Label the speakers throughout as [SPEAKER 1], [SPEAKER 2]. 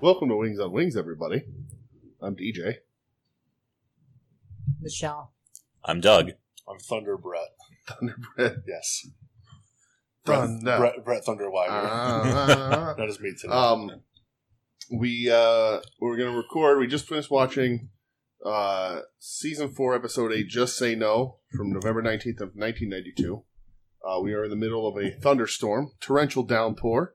[SPEAKER 1] Welcome to Wings on Wings, everybody. I'm DJ.
[SPEAKER 2] Michelle.
[SPEAKER 3] I'm Doug.
[SPEAKER 4] I'm Thunder Brett.
[SPEAKER 1] Thunderbread.
[SPEAKER 4] Yes.
[SPEAKER 1] Thunder.
[SPEAKER 4] Brett, Brett Thunderwider.
[SPEAKER 1] Ah.
[SPEAKER 4] that is me today.
[SPEAKER 1] um, we uh, we're gonna record. We just finished watching uh, season four, episode eight, "Just Say No" from November nineteenth of nineteen ninety two. Uh, we are in the middle of a thunderstorm, torrential downpour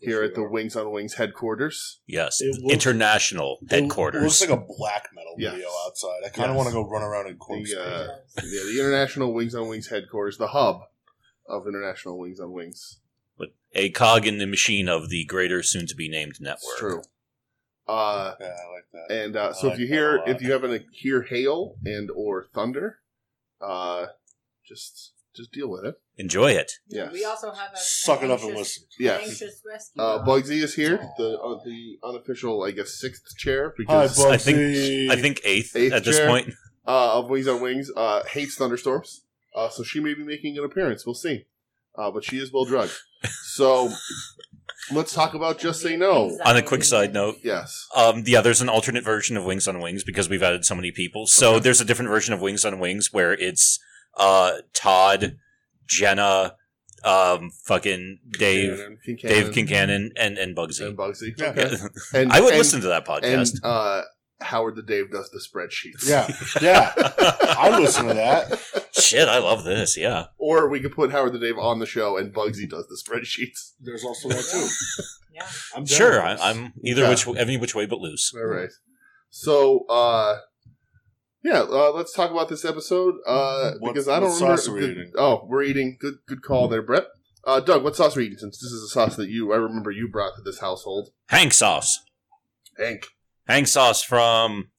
[SPEAKER 1] here at the Wings on Wings headquarters.
[SPEAKER 3] Yes,
[SPEAKER 4] It looks-
[SPEAKER 3] international
[SPEAKER 4] It
[SPEAKER 3] headquarters.
[SPEAKER 4] looks like a black metal
[SPEAKER 1] Yes.
[SPEAKER 4] video outside. I kind of
[SPEAKER 1] Yes.
[SPEAKER 4] want to go run around in corpse
[SPEAKER 1] The, uh,
[SPEAKER 4] paint.
[SPEAKER 1] yeah, the International Wings on Wings headquarters, the hub of International Wings on Wings.
[SPEAKER 3] But a cog in the machine of the greater, soon-to-be named network.
[SPEAKER 1] It's true. Uh,
[SPEAKER 4] Yeah, I like that.
[SPEAKER 1] and uh,
[SPEAKER 4] I
[SPEAKER 3] Oh,
[SPEAKER 1] so if
[SPEAKER 4] like
[SPEAKER 1] you
[SPEAKER 4] that
[SPEAKER 1] hear
[SPEAKER 4] a lot.
[SPEAKER 1] if you happen to hear hail and or thunder, uh, just just deal with it.
[SPEAKER 3] Enjoy it.
[SPEAKER 1] Yes.
[SPEAKER 2] We also have a,
[SPEAKER 4] Suck it up and
[SPEAKER 2] anxious-
[SPEAKER 4] listen.
[SPEAKER 2] an
[SPEAKER 1] Yes.
[SPEAKER 2] anxious rescue.
[SPEAKER 1] Uh,
[SPEAKER 2] dog.
[SPEAKER 1] Bugsy is here, the uh, the unofficial, I guess, sixth chair
[SPEAKER 4] Hi,
[SPEAKER 1] because
[SPEAKER 4] Bugsy.
[SPEAKER 3] I think I think eighth,
[SPEAKER 1] Eighth
[SPEAKER 3] at this
[SPEAKER 1] chair.
[SPEAKER 3] point.
[SPEAKER 1] uh, of Wings on Wings uh, hates thunderstorms, uh, so she may be making an appearance. We'll see, uh, but she is well drugged. So let's talk about just say no.
[SPEAKER 3] On a quick side note,
[SPEAKER 1] Yes.
[SPEAKER 3] um, yeah, there's an alternate version of Wings on Wings because we've added so many people. So
[SPEAKER 1] Okay.
[SPEAKER 3] there's a different version of Wings on Wings where it's uh, Todd, Jenna, um, fucking Dave,
[SPEAKER 1] Cannon, King
[SPEAKER 3] Dave
[SPEAKER 1] Cannon,
[SPEAKER 3] Kincannon, and and Bugsy.
[SPEAKER 1] and Bugsy.
[SPEAKER 4] Yeah.
[SPEAKER 1] Okay. And,
[SPEAKER 3] I would
[SPEAKER 1] and-
[SPEAKER 3] listen to that
[SPEAKER 1] and
[SPEAKER 3] podcast.
[SPEAKER 1] uh, Howard the Dave does the spreadsheets.
[SPEAKER 4] Yeah, yeah. I listen to that.
[SPEAKER 3] Shit, I love this. Yeah,
[SPEAKER 1] Or we could put Howard the Dave on the show and Bugsy does the spreadsheets.
[SPEAKER 4] There's also that too.
[SPEAKER 2] Yeah.
[SPEAKER 4] I'm down
[SPEAKER 3] sure.
[SPEAKER 4] with
[SPEAKER 3] I,
[SPEAKER 4] this.
[SPEAKER 3] I'm either
[SPEAKER 1] Yeah.
[SPEAKER 3] which any which way but loose.
[SPEAKER 1] All right. So, uh, yeah, uh, let's talk about this episode uh,
[SPEAKER 4] What-
[SPEAKER 1] because I
[SPEAKER 4] what
[SPEAKER 1] don't remember.
[SPEAKER 4] sauce are we
[SPEAKER 1] good-
[SPEAKER 4] eating?
[SPEAKER 1] Oh, we're eating. Good, good call there, Brett. Uh, Doug, what sauce are we eating? Since this is a sauce that you, I remember you brought to this household.
[SPEAKER 3] Hank sauce.
[SPEAKER 1] Hank.
[SPEAKER 3] Hang Sauce from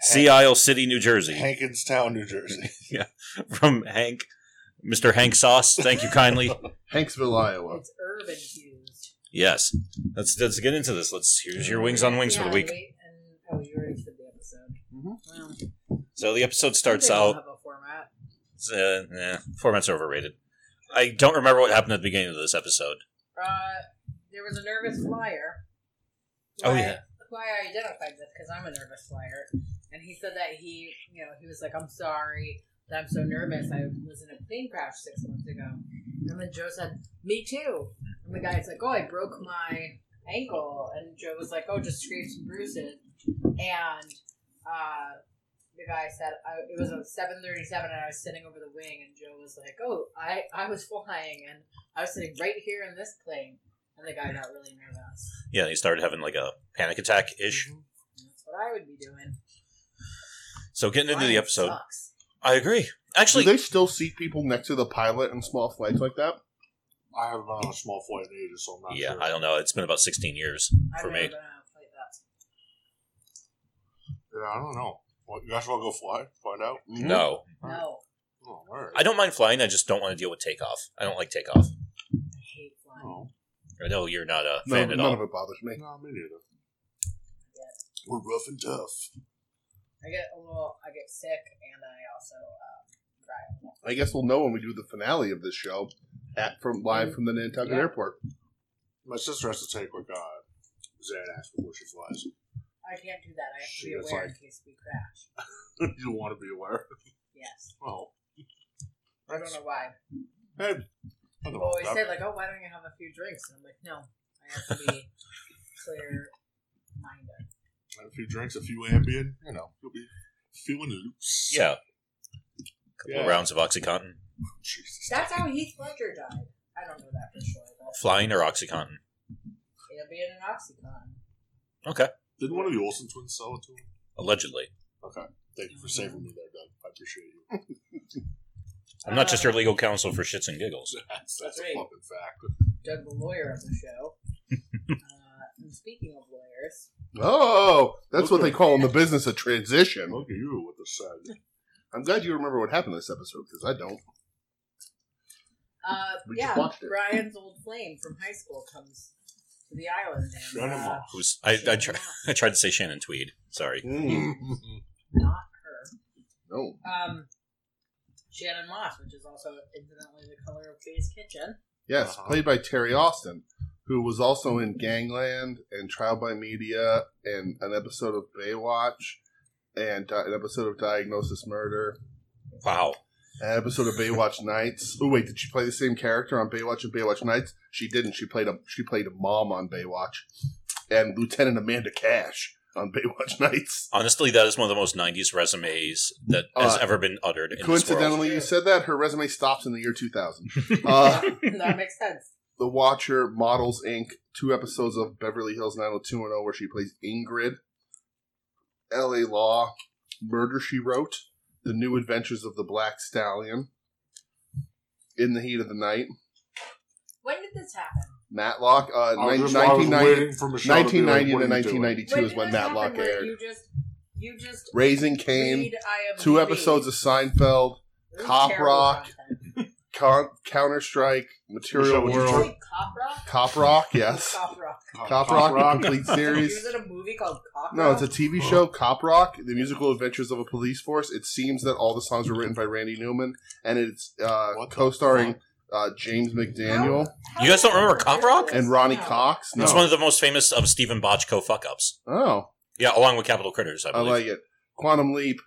[SPEAKER 3] Sea Isle City, New Jersey.
[SPEAKER 4] Hankinstown, New Jersey.
[SPEAKER 3] From Hank, Mr. Hank Sauce. Thank you kindly.
[SPEAKER 1] Hanksville, Iowa.
[SPEAKER 2] It's herb infused.
[SPEAKER 3] yes. Let's let's get into this. Let's here's your wings on wings for
[SPEAKER 2] Yeah,
[SPEAKER 3] the week.
[SPEAKER 2] we- and- oh, you already said the episode.
[SPEAKER 1] Mhm.
[SPEAKER 2] Well,
[SPEAKER 3] So the episode starts
[SPEAKER 2] they all
[SPEAKER 3] out.
[SPEAKER 2] Have a format.
[SPEAKER 3] Uh, nah, format's overrated. I don't remember what happened at the beginning of this episode.
[SPEAKER 2] Uh, there was a nervous flyer.
[SPEAKER 3] Oh,
[SPEAKER 2] Why-
[SPEAKER 3] yeah.
[SPEAKER 2] Why I identified this because I'm a nervous flyer, and he said that he, you know, he was like, "I'm sorry that I'm so nervous. I was in a plane crash six months ago," and then Joe said, "Me too." And the guy's like, "Oh, I broke my ankle," and Joe was like, "Oh, just scrapes and bruises," and uh, the guy said I, it was a 737 and i was sitting over the wing and joe was like oh i i was flying and i was sitting right here in this plane and the guy got really nervous
[SPEAKER 3] Yeah, he started having like a panic attack ish.
[SPEAKER 2] that's what i would be doing
[SPEAKER 3] So getting into the
[SPEAKER 2] Flying
[SPEAKER 3] episode,
[SPEAKER 2] sucks.
[SPEAKER 3] I agree.
[SPEAKER 1] Do
[SPEAKER 3] Actually,
[SPEAKER 1] they still seat people next to the pilot in small flights like that?
[SPEAKER 4] I haven't been on a small flight in ages, so I'm not
[SPEAKER 3] yeah,
[SPEAKER 4] sure.
[SPEAKER 3] I don't know. It's been about 16 years
[SPEAKER 2] I've
[SPEAKER 3] for
[SPEAKER 2] never
[SPEAKER 3] me.
[SPEAKER 2] been on a flight that.
[SPEAKER 4] yeah, I don't know. What, you guys want to go fly? Find out?
[SPEAKER 3] No,
[SPEAKER 2] no
[SPEAKER 4] Oh, all right.
[SPEAKER 3] Mm. I don't mind flying. I just don't want to deal with takeoff. I don't like takeoff.
[SPEAKER 2] i hate flying
[SPEAKER 4] Oh,
[SPEAKER 3] I know you're not a
[SPEAKER 1] None,
[SPEAKER 3] fan
[SPEAKER 1] of-
[SPEAKER 3] at all.
[SPEAKER 1] none of it bothers me.
[SPEAKER 4] no, me neither. We're rough and tough.
[SPEAKER 2] i get a little i get sick and i also um, cry a lot.
[SPEAKER 1] I guess we'll know when we do the finale of this show at from live from the Nantucket
[SPEAKER 2] Yeah.
[SPEAKER 1] Airport.
[SPEAKER 4] My sister has to take like uh, Xanax before she flies.
[SPEAKER 2] i can't do that i have to
[SPEAKER 4] She
[SPEAKER 2] be
[SPEAKER 4] was
[SPEAKER 2] aware in
[SPEAKER 4] like-
[SPEAKER 2] case we crash
[SPEAKER 4] you want to be aware.
[SPEAKER 2] yes
[SPEAKER 4] Oh,
[SPEAKER 2] i don't know why
[SPEAKER 4] Hey, I
[SPEAKER 2] People always say like, "Oh, why don't you have a few drinks?" And I'm like, "No, I have to be clear-minded."
[SPEAKER 4] a few drinks, a few Ambien. You know, you'll be feeling loose.
[SPEAKER 3] Yeah. couple
[SPEAKER 4] Yeah.
[SPEAKER 3] rounds of OxyContin.
[SPEAKER 4] Jesus.
[SPEAKER 2] That's how Heath Ledger died. I don't know that for sure, but
[SPEAKER 3] Flying or OxyContin?
[SPEAKER 2] it'll be in an oxycon.
[SPEAKER 3] Okay.
[SPEAKER 4] Didn't one of the Olsen twins sell it to him?
[SPEAKER 3] Allegedly.
[SPEAKER 4] Thank you for saving me there, Doug. I appreciate you.
[SPEAKER 3] I'm not just your legal counsel for shits and giggles.
[SPEAKER 4] That's, that's
[SPEAKER 2] right.
[SPEAKER 4] a fucking fact.
[SPEAKER 2] Doug, the lawyer of the show. uh, and speaking of lawyers,
[SPEAKER 1] Oh, that's what they call in the business a transition.
[SPEAKER 4] Look at you with the side.
[SPEAKER 1] I'm glad you remember what happened this episode because I don't.
[SPEAKER 2] uh,
[SPEAKER 1] We just
[SPEAKER 2] yeah,
[SPEAKER 1] watched it.
[SPEAKER 2] Brian's old flame from high school comes to the island.
[SPEAKER 4] Shut
[SPEAKER 2] And,
[SPEAKER 4] 'em
[SPEAKER 2] uh,
[SPEAKER 4] off.
[SPEAKER 3] Who's I, I,
[SPEAKER 2] shut
[SPEAKER 3] tr-
[SPEAKER 2] 'em off.
[SPEAKER 3] I tried to say Shannon Tweed. Sorry.
[SPEAKER 4] Mm.
[SPEAKER 2] Not her.
[SPEAKER 1] No.
[SPEAKER 2] Um, Shannon Moss, which is also incidentally the color of Jay's Kitchen.
[SPEAKER 1] Yes,
[SPEAKER 4] Uh-huh.
[SPEAKER 1] played by Terry Austin, who was also in Gangland and Trial by Media and an episode of Baywatch and uh, an episode of Diagnosis Murder,
[SPEAKER 3] Wow.
[SPEAKER 1] an episode of Baywatch Nights. Oh wait, did she play the same character on Baywatch and Baywatch Nights? She didn't. She played a she played a mom on Baywatch and Lieutenant Amanda Cash on Baywatch Nights.
[SPEAKER 3] Honestly, that is one of the most 90s resumes that has
[SPEAKER 1] Uh,
[SPEAKER 3] ever been uttered in Coincidentally,
[SPEAKER 1] Coincidentally, you said that her resume stops in the year 2000. Uh,
[SPEAKER 2] that makes sense.
[SPEAKER 1] The Watcher, Models Inc., two episodes of Beverly Hills 90210 where she plays Ingrid, LA Law, Murder She Wrote, The New Adventures of the Black Stallion, In the Heat of the Night,
[SPEAKER 2] When did this happen?
[SPEAKER 1] Matlock, uh,
[SPEAKER 4] I was
[SPEAKER 1] nin-
[SPEAKER 4] just- I was
[SPEAKER 1] 1990,
[SPEAKER 4] waiting for Michelle to be like,
[SPEAKER 1] 1990
[SPEAKER 4] what
[SPEAKER 1] and
[SPEAKER 4] are you doing?
[SPEAKER 1] 1992
[SPEAKER 2] When
[SPEAKER 1] is
[SPEAKER 2] did
[SPEAKER 1] when
[SPEAKER 2] this happen
[SPEAKER 1] Matlock
[SPEAKER 2] where
[SPEAKER 1] aired.
[SPEAKER 2] You just, you just
[SPEAKER 1] Raising Cain,
[SPEAKER 2] read IMDb.
[SPEAKER 1] two episodes of Seinfeld,
[SPEAKER 2] This is
[SPEAKER 1] Cop
[SPEAKER 2] terrible
[SPEAKER 1] Rock.
[SPEAKER 2] content.
[SPEAKER 1] Con- Counter Strike, Material
[SPEAKER 4] Michelle, would you
[SPEAKER 2] Did you
[SPEAKER 1] World,
[SPEAKER 2] say Cop Rock?
[SPEAKER 1] Cop Rock, yes.
[SPEAKER 2] Cop Rock.
[SPEAKER 1] Cop Rock, the complete series.
[SPEAKER 2] Is it a movie called Cop
[SPEAKER 1] No,
[SPEAKER 2] Rock?
[SPEAKER 1] it's a TV show, Cop Rock, The Musical Adventures of a Police Force. It seems that all the songs were written by Randy Newman, and it's uh,
[SPEAKER 4] What the
[SPEAKER 1] co-starring uh, James McDaniel
[SPEAKER 2] How
[SPEAKER 3] You guys
[SPEAKER 2] did
[SPEAKER 3] don't remember
[SPEAKER 2] I
[SPEAKER 3] Cop
[SPEAKER 2] this?
[SPEAKER 3] Rock?
[SPEAKER 1] and Ronnie
[SPEAKER 2] No.
[SPEAKER 1] Cox. No.
[SPEAKER 3] It's one of the most famous of Stephen Bochco fuck ups.
[SPEAKER 1] oh,
[SPEAKER 3] Yeah, along with Capital Critters, I
[SPEAKER 1] I
[SPEAKER 3] believe.
[SPEAKER 1] like it. Quantum Leap,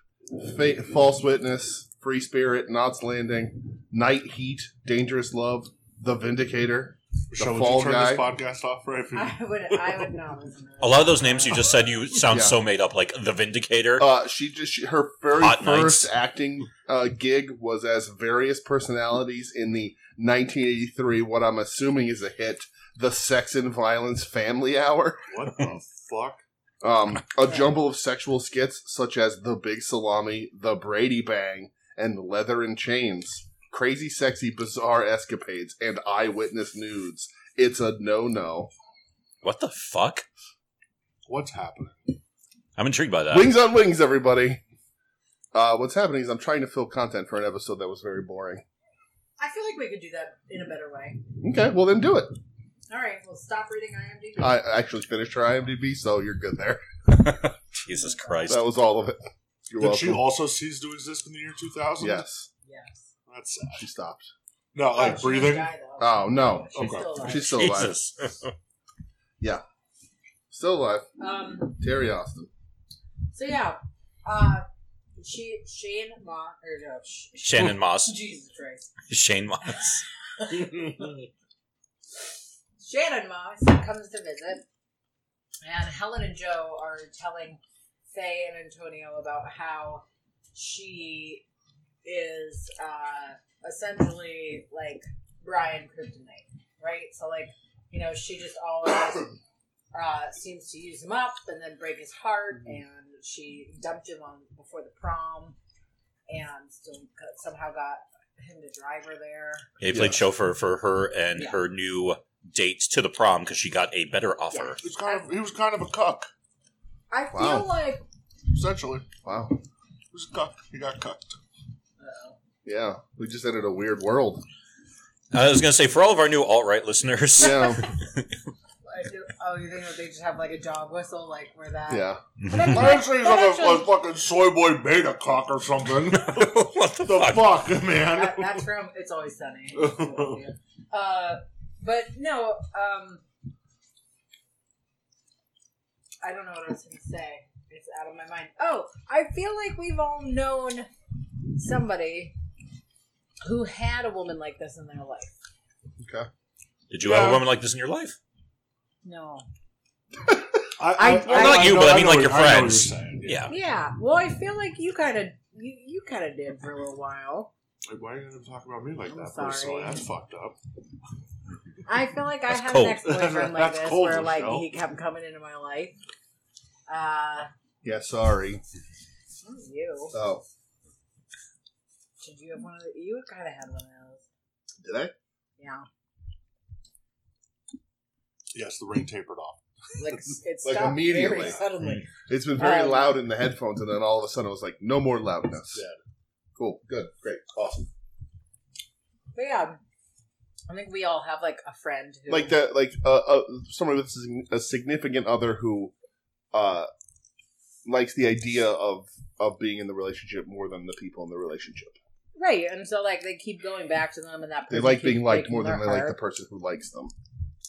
[SPEAKER 1] Fa False Witness, Free Spirit, Knots Landing, Night Heat, Dangerous Love, The Vindicator.
[SPEAKER 4] Michelle, would
[SPEAKER 1] Fall
[SPEAKER 4] you turn
[SPEAKER 1] Guy.
[SPEAKER 4] this podcast off right for
[SPEAKER 2] I would, I would not listen to
[SPEAKER 3] a lot of those names you just said you sound
[SPEAKER 1] Yeah.
[SPEAKER 3] so made up, like The Vindicator.
[SPEAKER 1] Uh, she just she, her very
[SPEAKER 3] Hot
[SPEAKER 1] first
[SPEAKER 3] Nights.
[SPEAKER 1] acting uh, gig was as various personalities in the 1983 what I'm assuming is a hit, The Sex and Violence Family Hour.
[SPEAKER 4] What the fuck?
[SPEAKER 1] Um, a jumble of sexual skits such as The Big Salami, The Brady Bang, and Leather and Chains, crazy, sexy, bizarre escapades, and eyewitness nudes. It's a no no.
[SPEAKER 3] what the fuck?
[SPEAKER 4] What's happening?
[SPEAKER 3] I'm intrigued by that.
[SPEAKER 1] Wings on wings, everybody. Uh, what's happening is I'm trying to fill content for an episode that was very boring.
[SPEAKER 2] I feel like we could do that in a better way.
[SPEAKER 1] Okay, well then do it.
[SPEAKER 2] All right, well, stop reading IMDb.
[SPEAKER 1] I actually finished her IMDb, so you're good there.
[SPEAKER 3] Jesus Christ.
[SPEAKER 1] That was all of it. You're
[SPEAKER 4] Did she
[SPEAKER 1] welcome.
[SPEAKER 4] also cease to exist in the year 2000?
[SPEAKER 1] yes,
[SPEAKER 2] yes.
[SPEAKER 4] That's sad.
[SPEAKER 1] she stopped.
[SPEAKER 4] No, like
[SPEAKER 2] Oh, she
[SPEAKER 4] breathing.
[SPEAKER 2] didn't die, though.
[SPEAKER 1] Oh no,
[SPEAKER 2] She's
[SPEAKER 4] okay.
[SPEAKER 2] still alive.
[SPEAKER 1] she's still alive.
[SPEAKER 3] Jesus.
[SPEAKER 1] Still alive.
[SPEAKER 2] um,
[SPEAKER 1] Terry Austin.
[SPEAKER 2] so, yeah. Uh, she, Shane Ma, or no, Sh-
[SPEAKER 3] Shannon Moss.
[SPEAKER 2] Jesus Christ.
[SPEAKER 3] Shane Moss.
[SPEAKER 2] Shannon Moss comes to visit, and Helen and Joe are telling Faye and Antonio about how she is uh, essentially like Brian Kryptonite, right? So, like, you know, she just always uh, seems to use him up and then break his heart, and she dumped him on before the prom, and still got- somehow got him to drive her there.
[SPEAKER 3] He played
[SPEAKER 1] Yes.
[SPEAKER 3] chauffeur for her and
[SPEAKER 2] Yeah.
[SPEAKER 3] her new date to the prom because she got a better offer.
[SPEAKER 4] He's kind of, he was kind of a cuck,
[SPEAKER 2] I
[SPEAKER 1] Wow.
[SPEAKER 2] feel like
[SPEAKER 4] essentially. He
[SPEAKER 1] Wow.
[SPEAKER 4] was a cuck. He got cucked.
[SPEAKER 1] Yeah, we just entered a weird world.
[SPEAKER 3] I was going to say, for all of our new alt right listeners,
[SPEAKER 1] Yeah,
[SPEAKER 2] I do- Oh, you think that they just have like a dog whistle, like where that?
[SPEAKER 1] yeah.
[SPEAKER 4] I didn't say he's
[SPEAKER 2] But
[SPEAKER 4] like a,
[SPEAKER 2] actually-
[SPEAKER 4] a fucking soy boy beta cock or something.
[SPEAKER 3] what the,
[SPEAKER 4] the
[SPEAKER 3] fuck?
[SPEAKER 4] fuck,
[SPEAKER 2] That-
[SPEAKER 4] man?
[SPEAKER 2] that's from It's Always Sunny. uh, but no, um, I don't know what I was going to say. It's out of my mind. Oh, I feel like we've all known somebody who had a woman like this in their life.
[SPEAKER 3] Did you have a
[SPEAKER 4] Yeah.
[SPEAKER 3] woman like this in your life?
[SPEAKER 2] No.
[SPEAKER 4] I,
[SPEAKER 2] I- Well, not
[SPEAKER 3] you, but I mean,
[SPEAKER 4] know
[SPEAKER 3] like, your
[SPEAKER 4] what- know what you're
[SPEAKER 3] friends.
[SPEAKER 4] saying,
[SPEAKER 3] Yeah.
[SPEAKER 2] Yeah. Well, I feel like you kind of you, you kind of did for a little while.
[SPEAKER 4] Like, why are you going to talk about me like
[SPEAKER 2] I'm
[SPEAKER 4] that,
[SPEAKER 2] sorry.
[SPEAKER 4] personally? That's fucked up.
[SPEAKER 2] I feel like I
[SPEAKER 3] That's
[SPEAKER 2] had
[SPEAKER 3] cold.
[SPEAKER 2] an ex-boyfriend like
[SPEAKER 4] That's
[SPEAKER 2] this,
[SPEAKER 4] cold,
[SPEAKER 2] where like
[SPEAKER 4] Michelle.
[SPEAKER 2] he kept coming into my life. Uh,
[SPEAKER 1] Yeah, sorry.
[SPEAKER 2] not you?
[SPEAKER 1] Oh,
[SPEAKER 2] Did you have one of the? You kind of had one of those.
[SPEAKER 1] did I?
[SPEAKER 2] Yeah,
[SPEAKER 4] Yes, the ring tapered off.
[SPEAKER 2] like s- it
[SPEAKER 1] Like,
[SPEAKER 2] stopped very
[SPEAKER 1] immediately. Mm.
[SPEAKER 2] suddenly.
[SPEAKER 1] It's been very
[SPEAKER 2] Um,
[SPEAKER 1] loud in the headphones, and then all of a sudden it was like, no more loudness.
[SPEAKER 4] Yeah.
[SPEAKER 1] Cool, good, great, awesome.
[SPEAKER 2] But yeah, I think we all have like a friend who
[SPEAKER 1] Like that, like uh, uh, somebody with sig- a significant other who uh, likes the idea of of being in the relationship more than the people in the relationship.
[SPEAKER 2] right, and so like they keep going back to them, and that
[SPEAKER 1] They
[SPEAKER 2] person
[SPEAKER 1] like
[SPEAKER 2] keeps
[SPEAKER 1] being liked
[SPEAKER 2] breaking
[SPEAKER 1] more than
[SPEAKER 2] their
[SPEAKER 1] they like the
[SPEAKER 2] heart.
[SPEAKER 1] person who likes them.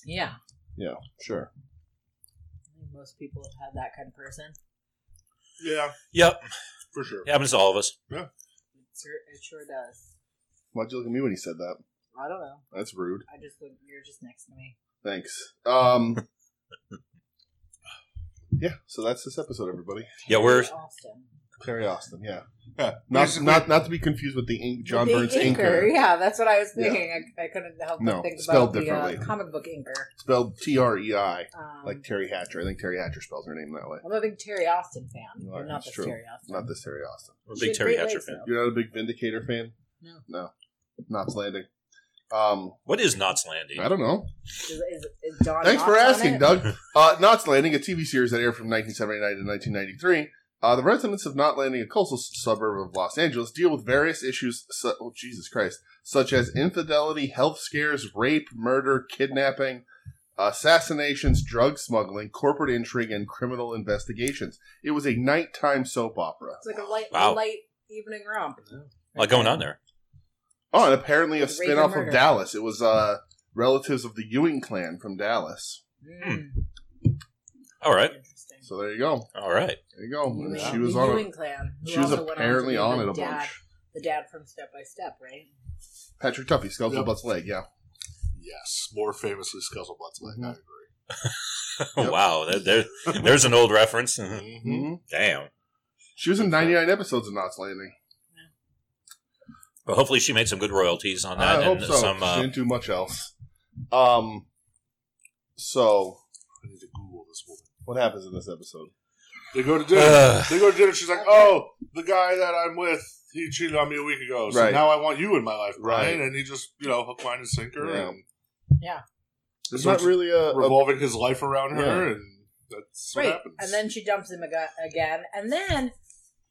[SPEAKER 2] yeah.
[SPEAKER 1] Yeah, sure.
[SPEAKER 2] I think most people have had that kind of person.
[SPEAKER 4] Yeah,
[SPEAKER 3] Yep,
[SPEAKER 4] for sure.
[SPEAKER 3] it happens to all of us.
[SPEAKER 2] It sure, it sure does.
[SPEAKER 1] Why'd you look at me when he said that?
[SPEAKER 2] I don't know.
[SPEAKER 1] That's rude.
[SPEAKER 2] I just look. You're just next to me.
[SPEAKER 1] Thanks. Um, yeah, so that's this episode, everybody.
[SPEAKER 3] Yeah, we're
[SPEAKER 2] Austin.
[SPEAKER 1] Terry Austin, yeah.
[SPEAKER 4] Yeah,
[SPEAKER 1] Not,
[SPEAKER 4] basically-
[SPEAKER 1] not, not to be confused with the ink, John
[SPEAKER 2] The
[SPEAKER 1] Burns inker.
[SPEAKER 2] Yeah, that's what I was
[SPEAKER 1] Yeah.
[SPEAKER 2] thinking. I, I couldn't help but
[SPEAKER 1] No,
[SPEAKER 2] think about
[SPEAKER 1] spelled
[SPEAKER 2] the uh,
[SPEAKER 1] differently.
[SPEAKER 2] comic book inker.
[SPEAKER 1] Spelled T R E I,
[SPEAKER 2] Um,
[SPEAKER 1] like Terry Hatcher. I think Terry Hatcher spells her name that way.
[SPEAKER 2] I'm a big Terry Austin fan.
[SPEAKER 1] You
[SPEAKER 2] but
[SPEAKER 1] are,
[SPEAKER 2] not
[SPEAKER 1] that's
[SPEAKER 2] the
[SPEAKER 1] true.
[SPEAKER 2] Terry Austin.
[SPEAKER 1] Not this Terry Austin.
[SPEAKER 3] a
[SPEAKER 2] She
[SPEAKER 3] big
[SPEAKER 2] had
[SPEAKER 3] Terry
[SPEAKER 2] great
[SPEAKER 3] Hatcher
[SPEAKER 2] legs,
[SPEAKER 3] fan.
[SPEAKER 2] though.
[SPEAKER 1] You're not a big Vindicator fan?
[SPEAKER 2] No.
[SPEAKER 1] No. Knots Landing. Um,
[SPEAKER 3] What is Knots Landing?
[SPEAKER 1] I don't know.
[SPEAKER 2] Is, is, is Don
[SPEAKER 1] Thanks for
[SPEAKER 2] Knotts on
[SPEAKER 1] asking,
[SPEAKER 2] it?
[SPEAKER 1] Doug. Uh, Knots Landing, a TV series that aired from 1979 to 1993. Uh, the residents of Knot Landing, a coastal s- suburb of Los Angeles, deal with various issues, su- oh, Jesus Christ, such as infidelity, health scares, rape, murder, kidnapping, assassinations, drug smuggling, corporate intrigue, and criminal investigations. It was a nighttime soap opera.
[SPEAKER 2] It's like a light,
[SPEAKER 3] Wow.
[SPEAKER 2] light evening romp.
[SPEAKER 3] A lot going on there.
[SPEAKER 1] Oh, and apparently a
[SPEAKER 2] Rape and
[SPEAKER 1] spin off of
[SPEAKER 2] murder.
[SPEAKER 1] Dallas. It was uh, relatives of the Ewing clan from Dallas.
[SPEAKER 2] Mm,
[SPEAKER 3] All Hmm, right,
[SPEAKER 2] Interesting.
[SPEAKER 1] So there you go.
[SPEAKER 3] all right.
[SPEAKER 1] There you go.
[SPEAKER 2] Ewing-
[SPEAKER 1] she was
[SPEAKER 2] the
[SPEAKER 1] on it.
[SPEAKER 2] Ewing clan. who
[SPEAKER 1] She was
[SPEAKER 2] also went on to
[SPEAKER 1] apparently
[SPEAKER 2] be
[SPEAKER 1] on
[SPEAKER 2] the
[SPEAKER 1] it a
[SPEAKER 2] dad,
[SPEAKER 1] bunch.
[SPEAKER 2] The dad from Step by Step, right?
[SPEAKER 1] Patrick Tuffy, Skeletal
[SPEAKER 4] Yep.
[SPEAKER 1] Butt's leg, yeah.
[SPEAKER 4] Yes, more famously Scuzzlebutts. Like, I agree.
[SPEAKER 1] Yep.
[SPEAKER 3] wow, that, there, there's an old reference.
[SPEAKER 2] Mm-hmm.
[SPEAKER 4] Mm-hmm.
[SPEAKER 1] hmm
[SPEAKER 3] Damn.
[SPEAKER 1] She was in 99 episodes of Knots Landing.
[SPEAKER 3] Well, hopefully she made some good royalties on that
[SPEAKER 1] I
[SPEAKER 3] and
[SPEAKER 1] hope so.
[SPEAKER 3] some.
[SPEAKER 1] she
[SPEAKER 3] Uh,
[SPEAKER 1] didn't do much else. Um, so,
[SPEAKER 4] I need to Google this woman.
[SPEAKER 1] what happens in this episode?
[SPEAKER 4] They
[SPEAKER 3] Uh,
[SPEAKER 4] go to dinner.
[SPEAKER 3] Ugh.
[SPEAKER 4] they go to dinner. She's like, "Oh, the guy that I'm with, he cheated on me a week ago. So
[SPEAKER 1] Right.
[SPEAKER 4] now I want you in my life, Brian."
[SPEAKER 1] Right.
[SPEAKER 4] And he just, you know, hook, line, and sinker,
[SPEAKER 1] Yeah.
[SPEAKER 4] and
[SPEAKER 1] It's
[SPEAKER 4] So
[SPEAKER 1] not
[SPEAKER 4] it's
[SPEAKER 1] really a. a-
[SPEAKER 4] revolving his life around her, and that's what
[SPEAKER 2] right.
[SPEAKER 4] happens.
[SPEAKER 2] And then she dumps him aga- again. And then,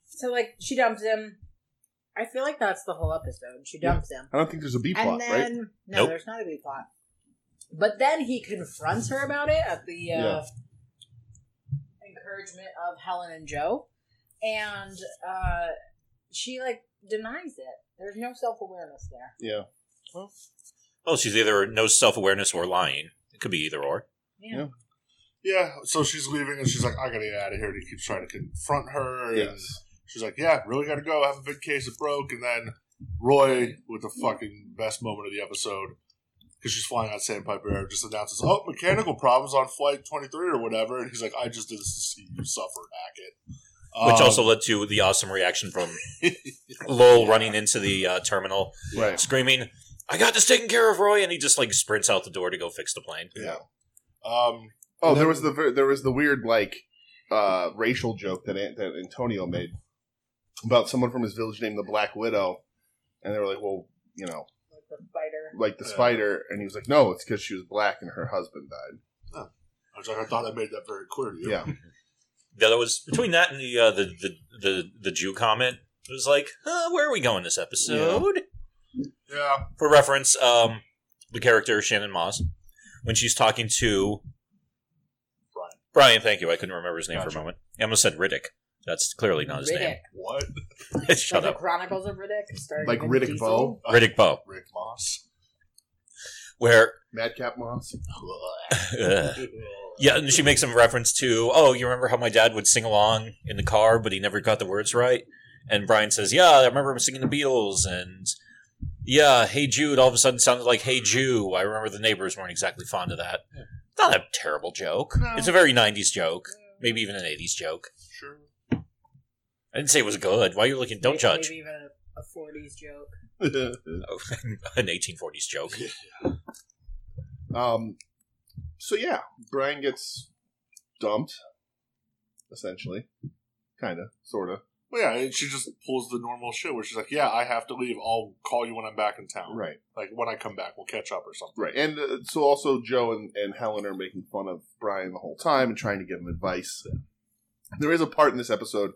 [SPEAKER 2] so like, she dumps him. I feel like that's the whole episode. She dumps him.
[SPEAKER 1] I don't think there's a B plot,
[SPEAKER 2] And
[SPEAKER 1] right?
[SPEAKER 2] then, no,
[SPEAKER 3] Nope.
[SPEAKER 2] there's not a B plot. But then he confronts her about it at the uh,
[SPEAKER 1] Yeah.
[SPEAKER 2] encouragement of Helen and Joe. And uh, she, like, denies it. There's no self awareness there.
[SPEAKER 1] Yeah.
[SPEAKER 3] well, she's either no self awareness or lying. It could be either or.
[SPEAKER 2] Yeah.
[SPEAKER 1] Yeah.
[SPEAKER 4] yeah, so she's leaving, and she's like, "I gotta get out of here." And he keeps trying to confront her, and
[SPEAKER 1] Yes.
[SPEAKER 4] she's like, "Yeah, really gotta go. I have a big case of broke." And then Roy, with the fucking best moment of the episode. Because she's flying on Sandpiper Air, just announces, "Oh, mechanical problems on flight 23 or whatever," and he's like, "I just did this to see you suffer, Hackett."
[SPEAKER 3] Which
[SPEAKER 4] Um,
[SPEAKER 3] also led to the awesome reaction from Lowell running into the uh, terminal,
[SPEAKER 1] Right.
[SPEAKER 3] screaming, I got this taken care of, Roy. And he just like sprints out the door to go fix the plane.
[SPEAKER 4] Yeah. Um,
[SPEAKER 1] Oh,
[SPEAKER 4] And
[SPEAKER 1] there
[SPEAKER 4] then-
[SPEAKER 1] was the ver- there was the weird like uh, racial joke that An- that Antonio made about someone from his village named the Black Widow, and they were like, well, you know,
[SPEAKER 2] Like the spider.
[SPEAKER 1] like the
[SPEAKER 4] Yeah.
[SPEAKER 1] spider, and he was like, no, it's because she was black and her husband died.
[SPEAKER 4] I was like, I thought I made that very clear to you.
[SPEAKER 1] Yeah.
[SPEAKER 3] Yeah, that was between that and the, uh, the, the, the, the Jew comment. It was like, huh, where are we going this episode?
[SPEAKER 4] Yeah.
[SPEAKER 3] For reference, um, the character Shannon Moss, when she's talking to
[SPEAKER 4] Brian.
[SPEAKER 3] Brian, thank you. I couldn't remember his name for
[SPEAKER 4] Gotcha.
[SPEAKER 3] a moment. I almost said Riddick. That's clearly not his
[SPEAKER 2] Riddick.
[SPEAKER 4] What?
[SPEAKER 3] name.
[SPEAKER 2] So
[SPEAKER 3] Shut
[SPEAKER 2] the
[SPEAKER 3] up.
[SPEAKER 2] Chronicles of Riddick started
[SPEAKER 1] Like
[SPEAKER 2] with
[SPEAKER 1] Riddick
[SPEAKER 2] Diesel.
[SPEAKER 1] Bowe?
[SPEAKER 3] Riddick Bowe,
[SPEAKER 4] Rick Moss.
[SPEAKER 3] where
[SPEAKER 1] Madcap Moss.
[SPEAKER 3] yeah, and she makes some reference to, oh, you remember how my dad would sing along in the car, but he never got the words right. And Brian says, yeah, I remember him singing the Beatles, and yeah, Hey Jude all of a sudden sounded like Hey Jew. I remember the neighbors weren't exactly fond of that. Not a terrible joke.
[SPEAKER 4] No.
[SPEAKER 3] It's a very '90s joke, maybe even an '80s joke.
[SPEAKER 4] Sure.
[SPEAKER 3] I didn't say it was good. Why are you looking? Don't
[SPEAKER 2] Maybe-
[SPEAKER 3] judge.
[SPEAKER 2] Maybe even a, a 40s joke.
[SPEAKER 3] Oh, an 1840s joke.
[SPEAKER 1] um, so yeah, Brian gets dumped, essentially, kind of, sort of.
[SPEAKER 4] Well, yeah, and she just pulls the normal shit where she's like, "Yeah, I have to leave. I'll call you when I'm back in town.
[SPEAKER 1] Right,
[SPEAKER 4] Like when I come back, we'll catch up or something."
[SPEAKER 1] right, and uh, so also Joe and, and Helen are making fun of Brian the whole time and trying to give him advice. There is a part in this episode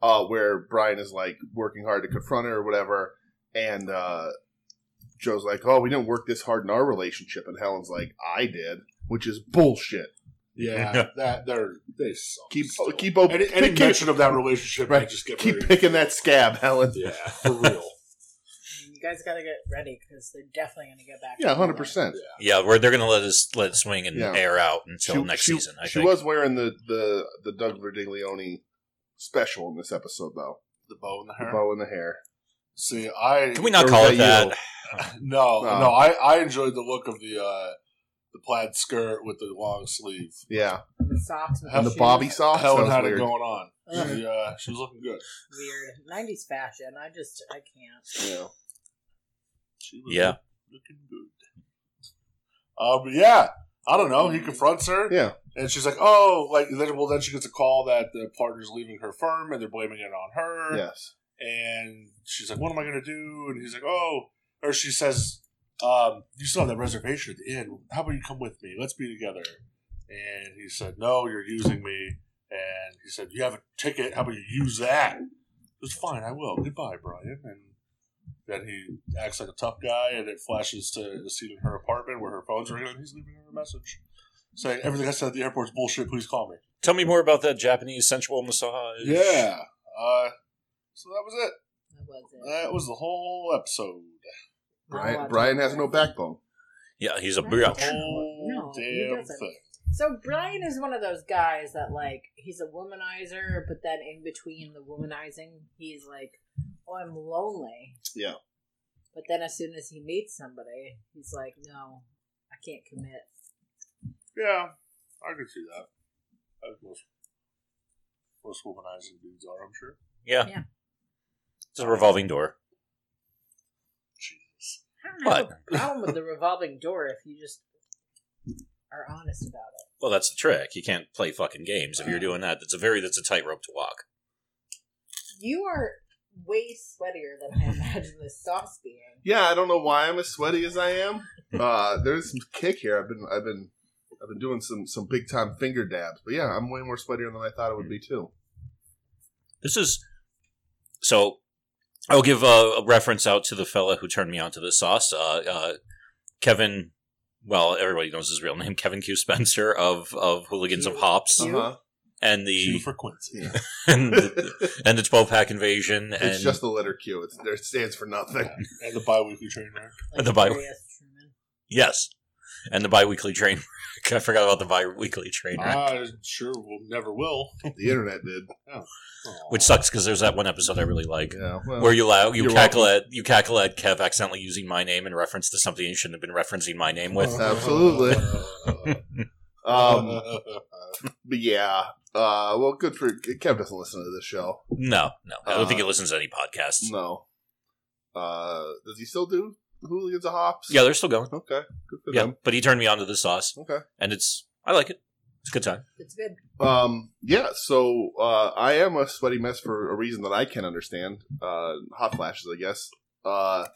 [SPEAKER 1] uh, where Brian is like working hard to confront her or whatever, and uh, Joe's like, "Oh, we didn't work this hard in our relationship," and Helen's like, "I did," which is bullshit.
[SPEAKER 4] Yeah, that they're they suck.
[SPEAKER 1] Keep
[SPEAKER 4] still.
[SPEAKER 1] keep open.
[SPEAKER 4] any, any
[SPEAKER 1] keep-
[SPEAKER 4] mention of that relationship, I
[SPEAKER 1] Right.
[SPEAKER 4] just get
[SPEAKER 1] keep
[SPEAKER 4] very-
[SPEAKER 1] picking that scab, Helen.
[SPEAKER 4] yeah, for real.
[SPEAKER 2] I mean, you guys got to get ready because they're definitely going to get back. to
[SPEAKER 1] Yeah,
[SPEAKER 2] normal.
[SPEAKER 1] hundred percent.
[SPEAKER 3] Yeah, where they're gonna let us let it swing and
[SPEAKER 1] Yeah.
[SPEAKER 3] air out until
[SPEAKER 1] She-
[SPEAKER 3] next
[SPEAKER 1] she-
[SPEAKER 3] season. I
[SPEAKER 1] she
[SPEAKER 3] think.
[SPEAKER 1] was wearing the the the Doug Verdiglione special in this episode though,
[SPEAKER 4] The bow in the
[SPEAKER 1] the
[SPEAKER 4] hair.
[SPEAKER 1] bow in the hair.
[SPEAKER 4] See, I
[SPEAKER 3] Can we
[SPEAKER 1] Or
[SPEAKER 3] not
[SPEAKER 1] was
[SPEAKER 3] call it
[SPEAKER 1] that you?
[SPEAKER 3] that?
[SPEAKER 4] no,
[SPEAKER 1] No.
[SPEAKER 4] no. I, I enjoyed the look of the uh, the plaid skirt with the long sleeve.
[SPEAKER 1] Yeah,
[SPEAKER 2] The socks with
[SPEAKER 1] and the
[SPEAKER 2] shoes.
[SPEAKER 1] Bobby socks. that
[SPEAKER 4] Helen
[SPEAKER 1] was
[SPEAKER 4] had
[SPEAKER 1] weird.
[SPEAKER 4] it going on.
[SPEAKER 2] Ugh.
[SPEAKER 4] She, uh, she was looking good.
[SPEAKER 2] Weird '90s fashion. I just I can't.
[SPEAKER 1] Yeah.
[SPEAKER 4] She was
[SPEAKER 3] Yeah.
[SPEAKER 4] looking good. Uh, but yeah, I don't know. He confronts her.
[SPEAKER 1] Mm. Yeah.
[SPEAKER 4] And she's like, oh, like, then, well, then she gets a call that the partner's leaving her firm and they're blaming it on her.
[SPEAKER 1] Yes.
[SPEAKER 4] And she's like, what am I going to do? And he's like, oh, or she says, um, you still have that reservation at the inn. How about you come with me? Let's be together. And he said, no, you're using me. And he said, you have a ticket. How about you use that? It was fine. I will. Goodbye, Brian. And then he acts like a tough guy, and it flashes to the scene in her apartment where her phone's ringing, and he's leaving her a message saying, everything I said at the airport's bullshit. Please call me.
[SPEAKER 3] Tell me more about that Japanese sensual massage.
[SPEAKER 4] Yeah. Uh, so that was it.
[SPEAKER 2] That was it.
[SPEAKER 4] That was the whole episode.
[SPEAKER 2] Not a lot
[SPEAKER 1] Brian
[SPEAKER 2] to
[SPEAKER 1] Brian
[SPEAKER 2] do.
[SPEAKER 1] has no backbone.
[SPEAKER 3] yeah, he's a
[SPEAKER 2] Right.
[SPEAKER 3] bitch.
[SPEAKER 4] The whole
[SPEAKER 2] No, he
[SPEAKER 4] Oh, damn
[SPEAKER 2] doesn't.
[SPEAKER 4] thing.
[SPEAKER 2] So Brian is one of those guys that like he's a womanizer, but then in between the womanizing, he's like, "Oh, I'm lonely."
[SPEAKER 1] Yeah.
[SPEAKER 2] But then as soon as he meets somebody, he's like, "No, I can't commit."
[SPEAKER 4] Yeah, I can see that. That's most, most womanizing dudes are, I'm sure.
[SPEAKER 3] Yeah.
[SPEAKER 2] Yeah.
[SPEAKER 3] It's a revolving door.
[SPEAKER 4] Jesus.
[SPEAKER 2] I don't have
[SPEAKER 3] What?
[SPEAKER 2] a problem with the revolving door if you just are honest about it.
[SPEAKER 3] Well, that's the trick. You can't play fucking games if you're doing that. That's a very that's a tightrope to walk.
[SPEAKER 2] You are way sweatier than I imagine this sauce being.
[SPEAKER 1] Yeah, I don't know why I'm as sweaty as I am. Uh, there's some kick here. I've been I've been I've been doing some some big time finger dabs, but yeah, I'm way more sweatier than I thought it would be too.
[SPEAKER 3] This is so. I'll give a, a reference out to the fella who turned me on to this sauce, uh, uh, Kevin. Well, everybody knows his real name, Kevin Q. Spencer of of Hooligans of
[SPEAKER 2] Q.
[SPEAKER 3] Hops,
[SPEAKER 2] Q.
[SPEAKER 1] Uh-huh.
[SPEAKER 3] and
[SPEAKER 4] Two
[SPEAKER 3] the
[SPEAKER 4] for Quincy.
[SPEAKER 1] Yeah.
[SPEAKER 3] and the,
[SPEAKER 1] it's
[SPEAKER 3] and the twelve pack invasion, and
[SPEAKER 1] just the letter Q. It's, there it stands for nothing.
[SPEAKER 4] And the bi weekly train wreck.
[SPEAKER 2] Like
[SPEAKER 3] The Bible.
[SPEAKER 2] Harriet Truman.
[SPEAKER 3] yes, and the biweekly train. wreck. I forgot about the biweekly train wreck,
[SPEAKER 1] Ah.
[SPEAKER 4] I sure will, never will.
[SPEAKER 1] The internet did.
[SPEAKER 3] which sucks because there's that one episode I really like.
[SPEAKER 1] Yeah. Well,
[SPEAKER 3] where you la- you
[SPEAKER 1] You're
[SPEAKER 3] cackle at you cackle at Kev accidentally using my name in reference to something you shouldn't have been referencing my name with.
[SPEAKER 1] Uh-huh. Absolutely. um,
[SPEAKER 4] um,
[SPEAKER 1] but yeah. Uh, well, good for Kev. Doesn't listen to this show.
[SPEAKER 3] No, no, I don't
[SPEAKER 1] Uh,
[SPEAKER 3] think he listens to any podcasts.
[SPEAKER 1] No. Uh, does he still do hooligans of hops?
[SPEAKER 3] Yeah, they're still going.
[SPEAKER 1] Okay. Good for
[SPEAKER 3] Yeah,
[SPEAKER 1] them.
[SPEAKER 3] but he turned me on to the sauce,
[SPEAKER 1] Okay.
[SPEAKER 3] and it's I like it. It's a good time.
[SPEAKER 2] It's good.
[SPEAKER 1] Um, yeah, so uh, I am a sweaty mess for a reason that I can understand. Uh, hot flashes, I guess. Uh,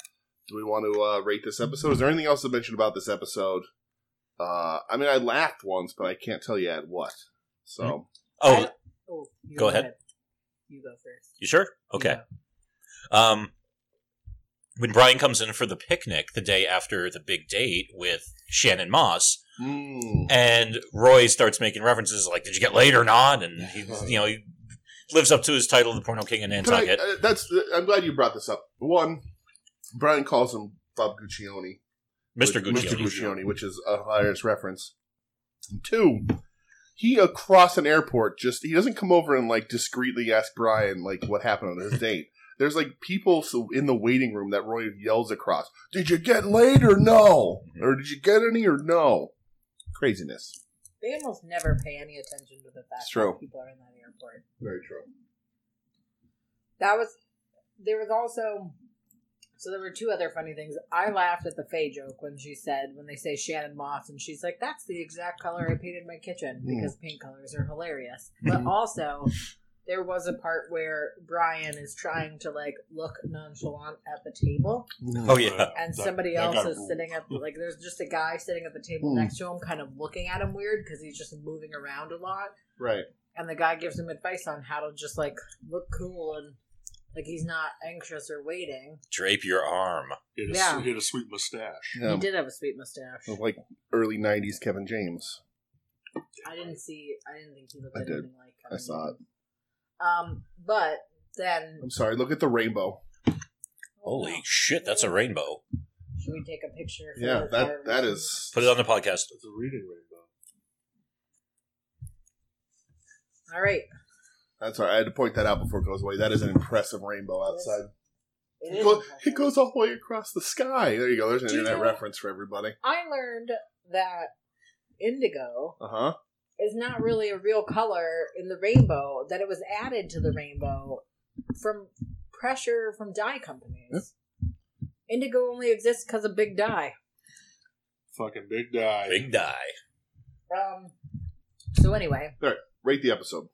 [SPEAKER 1] do we want to uh, rate this episode? Is there anything else to mention about this episode? Uh, I mean, I laughed once, but I can't tell you at what. So
[SPEAKER 3] Oh,
[SPEAKER 2] I- oh you
[SPEAKER 3] go ahead.
[SPEAKER 2] You go first.
[SPEAKER 3] you sure? Okay.
[SPEAKER 2] Yeah.
[SPEAKER 3] Um, when Brian comes in for the picnic the day after the big date with Shannon Moss,
[SPEAKER 1] Mm.
[SPEAKER 3] and Roy starts making references like, "Did you get laid or not?" And he, you know, he lives up to his title, the Porno King in
[SPEAKER 1] Can I-
[SPEAKER 3] Nantucket.
[SPEAKER 1] uh, that's. I'm glad you brought this up. One, Brian calls him Bob Guccione.
[SPEAKER 3] Mr.
[SPEAKER 1] which-
[SPEAKER 3] Gucci.
[SPEAKER 1] Guccione, which is a hilarious reference. And two, he across an airport just he doesn't come over and like discreetly ask Brian like what happened on his date. There's like people so in the waiting room that Roy yells across. Did you get laid or no?
[SPEAKER 3] Mm-hmm.
[SPEAKER 1] Or did you get any or no? Craziness.
[SPEAKER 2] They almost never pay any attention to the fact
[SPEAKER 1] It's true.
[SPEAKER 2] that people are in that airport.
[SPEAKER 1] Very true.
[SPEAKER 2] That was there was also so there were two other funny things. I laughed at the Faye joke when she said when they say Shannon Moss and she's like, That's the exact color I painted my kitchen because paint colors are hilarious. But also there was a part where Brian is trying to like look nonchalant at the table
[SPEAKER 3] Oh yeah,
[SPEAKER 2] and
[SPEAKER 4] Uh, That-
[SPEAKER 2] somebody
[SPEAKER 4] that
[SPEAKER 2] else
[SPEAKER 4] got
[SPEAKER 2] is
[SPEAKER 4] ruled.
[SPEAKER 2] sitting at like there's just a guy sitting at the table
[SPEAKER 1] Hmm.
[SPEAKER 2] next to him kind of looking at him weird because he's just moving around a lot
[SPEAKER 1] Right.
[SPEAKER 2] and the guy gives him advice on how to just like look cool and like he's not anxious or waiting
[SPEAKER 3] drape your arm.
[SPEAKER 4] He had, a,
[SPEAKER 2] Yeah.
[SPEAKER 4] he had a sweet mustache.
[SPEAKER 1] Yeah. Oh.
[SPEAKER 2] he did have a sweet mustache
[SPEAKER 1] Um, Like early '90s Kevin James.
[SPEAKER 2] i didn't see i didn't think he looked
[SPEAKER 1] I did.
[SPEAKER 2] anything like
[SPEAKER 1] I saw it.
[SPEAKER 2] um but then
[SPEAKER 1] I'm sorry. Look at the rainbow.
[SPEAKER 3] Holy shit, that's a rainbow.
[SPEAKER 2] oh, Should we take a picture? for
[SPEAKER 1] Yeah,
[SPEAKER 2] the
[SPEAKER 1] that
[SPEAKER 2] fire-
[SPEAKER 1] that is.
[SPEAKER 3] Put it on the podcast.
[SPEAKER 4] It's a reading rainbow.
[SPEAKER 2] All right.
[SPEAKER 1] That's all right. I had to point that out before it goes away. That is an impressive rainbow outside.
[SPEAKER 2] It
[SPEAKER 1] It
[SPEAKER 2] is
[SPEAKER 1] goes,
[SPEAKER 2] impressive.
[SPEAKER 1] it goes all the way across the sky. There you go. There's an
[SPEAKER 2] Do you
[SPEAKER 1] internet
[SPEAKER 2] know-
[SPEAKER 1] reference for everybody.
[SPEAKER 2] I learned that indigo
[SPEAKER 1] Uh huh.
[SPEAKER 2] is not really a real color in the rainbow, that it was added to the rainbow from pressure from dye companies.
[SPEAKER 1] Hmm.
[SPEAKER 2] Indigo only exists because of big dye.
[SPEAKER 4] Fucking big guy.
[SPEAKER 3] Big die.
[SPEAKER 2] Um, so, anyway,
[SPEAKER 1] Rate the episode.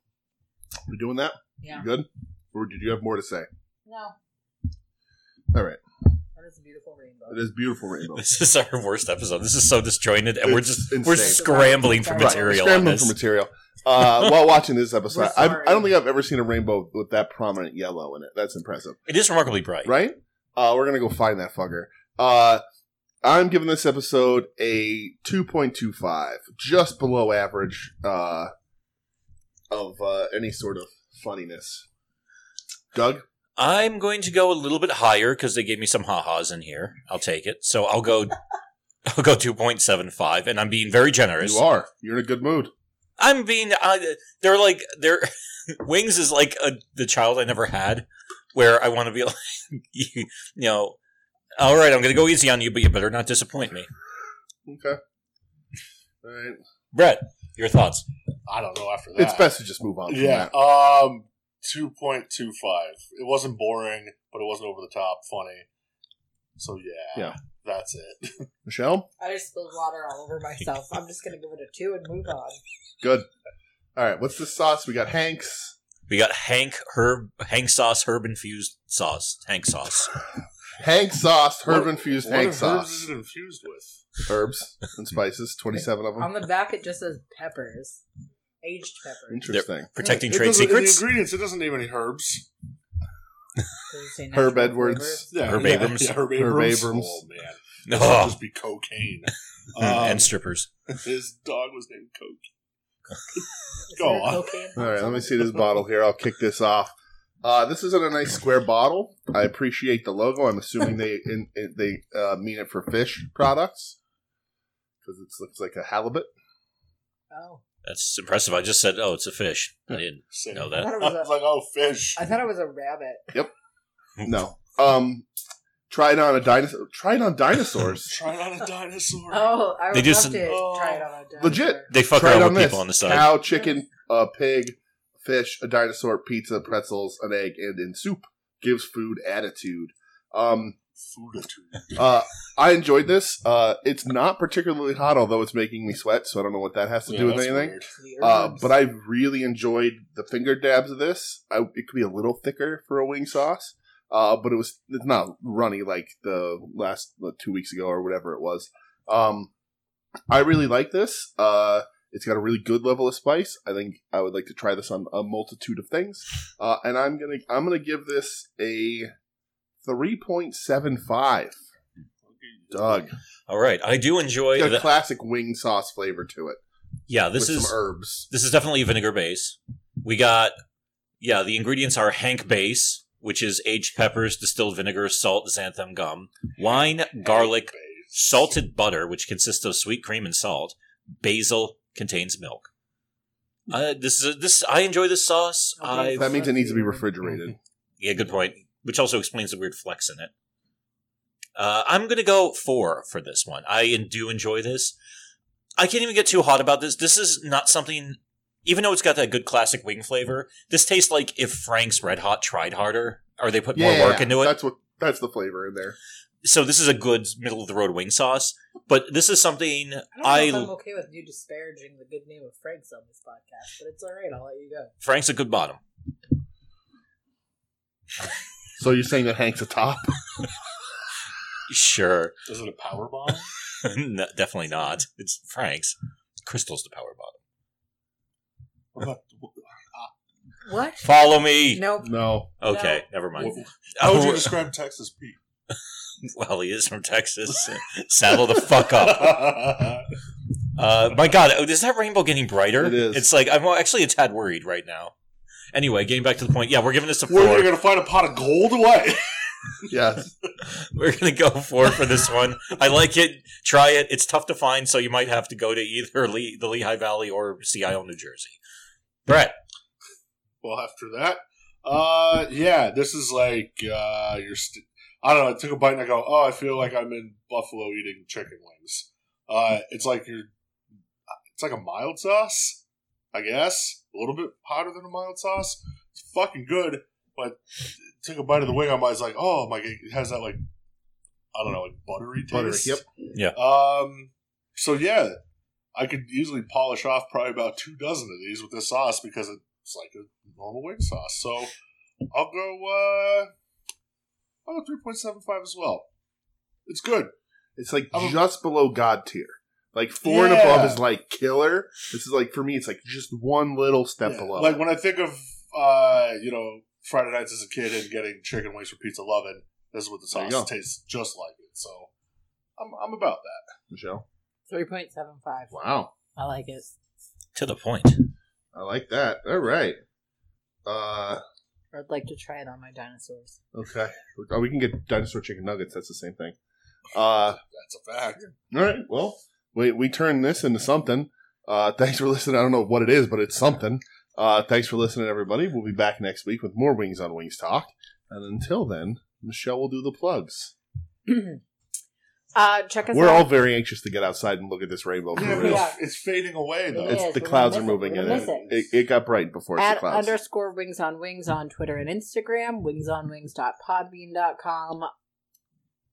[SPEAKER 1] We doing that?
[SPEAKER 2] yeah.
[SPEAKER 1] You good? Or did you have more to say?
[SPEAKER 2] No,
[SPEAKER 1] All right.
[SPEAKER 2] that is a beautiful rainbow.
[SPEAKER 1] It is beautiful rainbow.
[SPEAKER 3] This is our worst episode. This is so disjointed, and we're
[SPEAKER 1] It's
[SPEAKER 3] just
[SPEAKER 1] insane.
[SPEAKER 3] we're scrambling for
[SPEAKER 2] Right,
[SPEAKER 1] Right,
[SPEAKER 3] material on
[SPEAKER 1] scrambling
[SPEAKER 3] this.
[SPEAKER 1] for material. Uh, while watching this episode,
[SPEAKER 2] We're
[SPEAKER 1] I,
[SPEAKER 2] sorry.
[SPEAKER 1] I don't think I've ever seen a rainbow with that prominent yellow in it. That's impressive.
[SPEAKER 3] it is remarkably bright.
[SPEAKER 1] right? Uh, we're gonna go find that fucker. Uh, I'm giving this episode a 2.25, just below average uh, of uh, any sort of funniness. Doug,
[SPEAKER 3] I'm going to go a little bit higher because they gave me some ha-has in here. I'll take it. So I'll go. I'll go 2.75, and I'm being very generous.
[SPEAKER 1] you are you're in a good mood.
[SPEAKER 3] I'm being. I, they're like they're wings is like a, the child I never had, where I want to be like you, you know. All right, I'm going to go easy on you, but you better not disappoint me.
[SPEAKER 1] Okay. All right.
[SPEAKER 3] Brett, your thoughts?
[SPEAKER 4] I don't know after that.
[SPEAKER 1] It's best to just move on. From
[SPEAKER 4] Uh, Yeah.
[SPEAKER 1] That.
[SPEAKER 4] Um, two point two five. It wasn't boring, but it wasn't over the top funny. So yeah,
[SPEAKER 1] Yeah.
[SPEAKER 4] that's it.
[SPEAKER 1] Michelle.
[SPEAKER 2] I just spilled water all over myself. I'm just going to give it a two and move on.
[SPEAKER 1] All right. What's the sauce? We got Hanks.
[SPEAKER 3] We got Hank herb, Hank sauce, herb infused sauce, Hank sauce.
[SPEAKER 1] Hank sauce, herb
[SPEAKER 4] What-
[SPEAKER 1] infused
[SPEAKER 4] what
[SPEAKER 1] Hank
[SPEAKER 4] herbs
[SPEAKER 1] sauce,
[SPEAKER 4] is it infused with?
[SPEAKER 1] herbs and spices, twenty-seven of them.
[SPEAKER 2] On the back, it just says peppers, aged peppers.
[SPEAKER 1] Interesting.
[SPEAKER 3] Protecting
[SPEAKER 4] It
[SPEAKER 3] trade
[SPEAKER 4] doesn't-
[SPEAKER 3] secrets.
[SPEAKER 4] The ingredients. It doesn't name any herbs.
[SPEAKER 2] Does it say
[SPEAKER 1] Herb
[SPEAKER 2] natural
[SPEAKER 1] Edwards.
[SPEAKER 4] Yeah,
[SPEAKER 3] Herb
[SPEAKER 4] yeah,
[SPEAKER 3] Abrams?
[SPEAKER 4] Yeah, herb
[SPEAKER 1] Herb
[SPEAKER 4] Abrams.
[SPEAKER 1] Abrams.
[SPEAKER 4] Oh man,
[SPEAKER 3] No,
[SPEAKER 4] This would just be cocaine.
[SPEAKER 3] Oh, and
[SPEAKER 4] um,
[SPEAKER 3] strippers.
[SPEAKER 4] his dog was named Coke.
[SPEAKER 2] flavors? Is
[SPEAKER 4] Go
[SPEAKER 2] there
[SPEAKER 4] on.
[SPEAKER 2] cocaine?
[SPEAKER 1] All right, let me see this bottle here. I'll kick this off. Uh, this is in a nice square bottle. I appreciate the logo. I'm assuming they in, in, they uh, mean it for fish products because it looks like a halibut.
[SPEAKER 2] Oh,
[SPEAKER 3] That's impressive. I just said, "Oh, it's a fish." I didn't
[SPEAKER 4] Same.
[SPEAKER 3] know
[SPEAKER 4] I
[SPEAKER 3] that.
[SPEAKER 2] thought it was a-
[SPEAKER 4] was like, oh, fish.
[SPEAKER 2] I thought it was a rabbit.
[SPEAKER 1] No, um, tried on a dinosaur. Tried on dinosaurs.
[SPEAKER 4] Try not a dinosaur.
[SPEAKER 2] Oh, I
[SPEAKER 3] They
[SPEAKER 2] would
[SPEAKER 3] do
[SPEAKER 2] love
[SPEAKER 3] some-
[SPEAKER 2] to
[SPEAKER 4] Oh.
[SPEAKER 2] try it on a dinosaur.
[SPEAKER 1] Legit.
[SPEAKER 3] They fuck
[SPEAKER 1] tried
[SPEAKER 3] around
[SPEAKER 1] on
[SPEAKER 3] with
[SPEAKER 1] this:
[SPEAKER 3] people on the side.
[SPEAKER 1] cow, chicken, a pig, fish, a dinosaur, pizza, pretzels, an egg, and in soup gives food attitude. Um,
[SPEAKER 4] Fooditude.
[SPEAKER 1] Uh, I enjoyed this. Uh, it's not particularly hot, although it's making me sweat, so I don't know what that has to
[SPEAKER 4] Yeah,
[SPEAKER 1] do with
[SPEAKER 4] that's
[SPEAKER 1] anything.
[SPEAKER 4] weird.
[SPEAKER 2] The
[SPEAKER 1] Uh,
[SPEAKER 2] herbs.
[SPEAKER 1] but I really enjoyed the finger dabs of this. I, it could be a little thicker for a wing sauce, uh, but it was it's not runny like the last like, two weeks ago or whatever it was. Um, I really like this. Uh, it's got a really good level of spice. I think I would like to try this on a multitude of things, uh, and I'm gonna I'm gonna give this a three point seven five. Doug.
[SPEAKER 3] All right, I do enjoy.
[SPEAKER 1] It's got a
[SPEAKER 3] The,
[SPEAKER 1] classic wing sauce flavor to it.
[SPEAKER 3] yeah, this
[SPEAKER 1] with
[SPEAKER 3] is
[SPEAKER 1] some herbs.
[SPEAKER 3] this is definitely vinegar base. We got yeah, the ingredients are Hank base, which is aged peppers, distilled vinegar, salt, xanthan gum, wine, garlic, salted butter, which consists of sweet cream and salt, basil, contains milk. Uh, this is a, this I enjoy this sauce. I
[SPEAKER 1] That means it needs to be refrigerated.
[SPEAKER 3] yeah, good point. Which also explains the weird flex in it. Uh, I'm gonna go four for this one. I do enjoy this. I can't even get too hot about this. This is not something. Even though it's got that good classic wing flavor, this tastes like if Frank's Red Hot tried harder, or they put more work into it.
[SPEAKER 1] That's what that's the flavor in there.
[SPEAKER 3] So this is a good middle of the road wing sauce. But this is something
[SPEAKER 2] I
[SPEAKER 3] I,
[SPEAKER 2] don't know if I'm okay with you disparaging the good name of Frank's on this podcast, but it's all right. I'll let you go.
[SPEAKER 3] Frank's a good bottom.
[SPEAKER 1] So you're saying that Hank's a top?
[SPEAKER 3] Sure,
[SPEAKER 4] Is it a power bomb?
[SPEAKER 3] No, definitely not. It's Frank's. Crystal's the power bottom.
[SPEAKER 4] What about-
[SPEAKER 2] What?
[SPEAKER 3] Follow me.
[SPEAKER 2] Nope.
[SPEAKER 1] No.
[SPEAKER 3] Okay, never mind.
[SPEAKER 4] what- How would you
[SPEAKER 3] Oh,
[SPEAKER 4] describe Texas Pete?
[SPEAKER 3] Well, he is from Texas. Saddle the fuck up. Uh, my God, oh, is that rainbow getting brighter?
[SPEAKER 1] It is.
[SPEAKER 3] It's like I'm actually a tad worried right now. Anyway, getting back to the point. Yeah, we're giving this a
[SPEAKER 4] Where are you
[SPEAKER 3] four.
[SPEAKER 4] going to find a pot of gold? What?
[SPEAKER 1] Yes.
[SPEAKER 3] We're gonna go for for this one. I like it. Try it. It's tough to find, so you might have to go to either Le- the Lehigh Valley or Sea Isle, New Jersey. Brett,
[SPEAKER 4] well after that. Uh, yeah, this is like uh, you're. St- I don't know. I took a bite and I go, oh, I feel like I'm in Buffalo eating chicken wings. Uh, it's like you're. It's like a mild sauce, I guess. A little bit hotter than a mild sauce. It's fucking good, but took a bite of the wing. I was like, oh my, it has that like, I don't know, like buttery taste.
[SPEAKER 1] Buttery. Yep.
[SPEAKER 4] Um. So yeah, I could easily polish off probably about two dozen of these with this sauce because it's like a normal wing sauce. So I'll go. Uh, I'll go three point seven five as well. It's good.
[SPEAKER 1] It's like
[SPEAKER 4] I'm a-
[SPEAKER 1] just below God tier. Like four and
[SPEAKER 4] Oh. Yeah.
[SPEAKER 1] above is like killer. This is like for me, it's like just one little step
[SPEAKER 4] Yeah,
[SPEAKER 1] below.
[SPEAKER 4] Like when I think of uh, you know Friday nights as a kid and getting chicken wings for pizza loving, this is what the
[SPEAKER 1] There you
[SPEAKER 4] sauce
[SPEAKER 1] go.
[SPEAKER 4] tastes just like it. So I'm I'm about that.
[SPEAKER 1] Michelle.
[SPEAKER 2] 3.75.
[SPEAKER 1] Wow.
[SPEAKER 2] I like it.
[SPEAKER 3] to the point.
[SPEAKER 1] I like that. All right. Uh,
[SPEAKER 2] I'd like to try it on my dinosaurs.
[SPEAKER 1] okay. Oh, we can get dinosaur chicken nuggets. That's the same thing. Uh,
[SPEAKER 4] That's a fact.
[SPEAKER 1] All right. Well, we we turned this into something. Uh, thanks for listening. I don't know what it is, but it's something. Uh, thanks for listening, everybody. We'll be back next week with more Wings on Wings talk. And until then, Michelle will do the plugs.
[SPEAKER 2] uh, check us
[SPEAKER 1] We're all
[SPEAKER 2] out. very
[SPEAKER 1] very anxious to get outside and look at this rainbow for
[SPEAKER 4] Yeah,
[SPEAKER 1] real.
[SPEAKER 2] Yeah.
[SPEAKER 4] It's fading away though.
[SPEAKER 1] It's
[SPEAKER 2] is.
[SPEAKER 1] the
[SPEAKER 2] We're
[SPEAKER 1] clouds are
[SPEAKER 2] gonna miss it.
[SPEAKER 1] moving
[SPEAKER 2] We're
[SPEAKER 1] in.
[SPEAKER 2] gonna
[SPEAKER 1] It,
[SPEAKER 2] miss it.
[SPEAKER 1] it, got bright before it's the
[SPEAKER 2] At
[SPEAKER 1] clouds.
[SPEAKER 2] underscore wings on wings on Twitter and Instagram, wings on wings.podbean.com,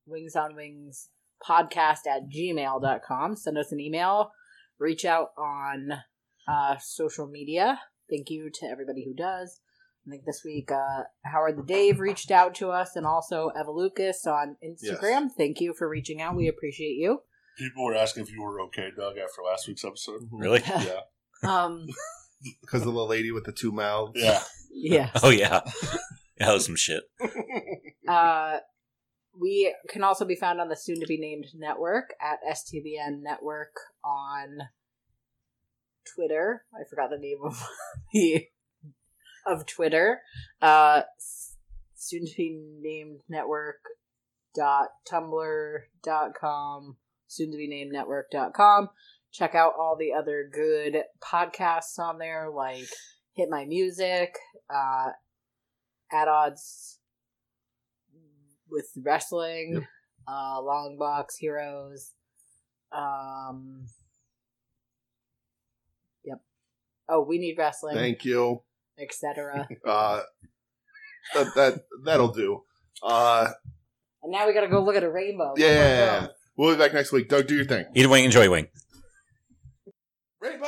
[SPEAKER 2] wings on wings podcast at gmail.com. Send us an email, reach out on uh, social media. Thank you to everybody who does. I think this week uh, Howard the Dave reached out to us and also Evolucus on Instagram. Thank you for reaching out. We appreciate you.
[SPEAKER 4] People were asking if you were okay, Doug, after last week's episode.
[SPEAKER 1] Mm-hmm.
[SPEAKER 3] Really?
[SPEAKER 4] Yeah.
[SPEAKER 2] Um,
[SPEAKER 1] Because of the lady with the two mouths.
[SPEAKER 4] Yeah.
[SPEAKER 2] yeah.
[SPEAKER 3] Oh yeah. That was some shit.
[SPEAKER 2] Uh, we can also be found on the soon to be named network at STBN Network on Twitter. I forgot the name of the of Twitter. Uh, soon to be named network dot tumblr dot com soon to be named network dot com check out all the other good podcasts on there like hit my music uh at odds with wrestling
[SPEAKER 1] Yep.
[SPEAKER 2] uh long box heroes um yep oh we need wrestling
[SPEAKER 1] Thank you.
[SPEAKER 2] etc
[SPEAKER 1] Uh, that, that, that'll do. Uh,
[SPEAKER 2] and now we gotta go look at a rainbow
[SPEAKER 1] yeah. We'll be back next week. Doug, do your thing.
[SPEAKER 3] Eat a wing, enjoy a wing.
[SPEAKER 1] Rainbow!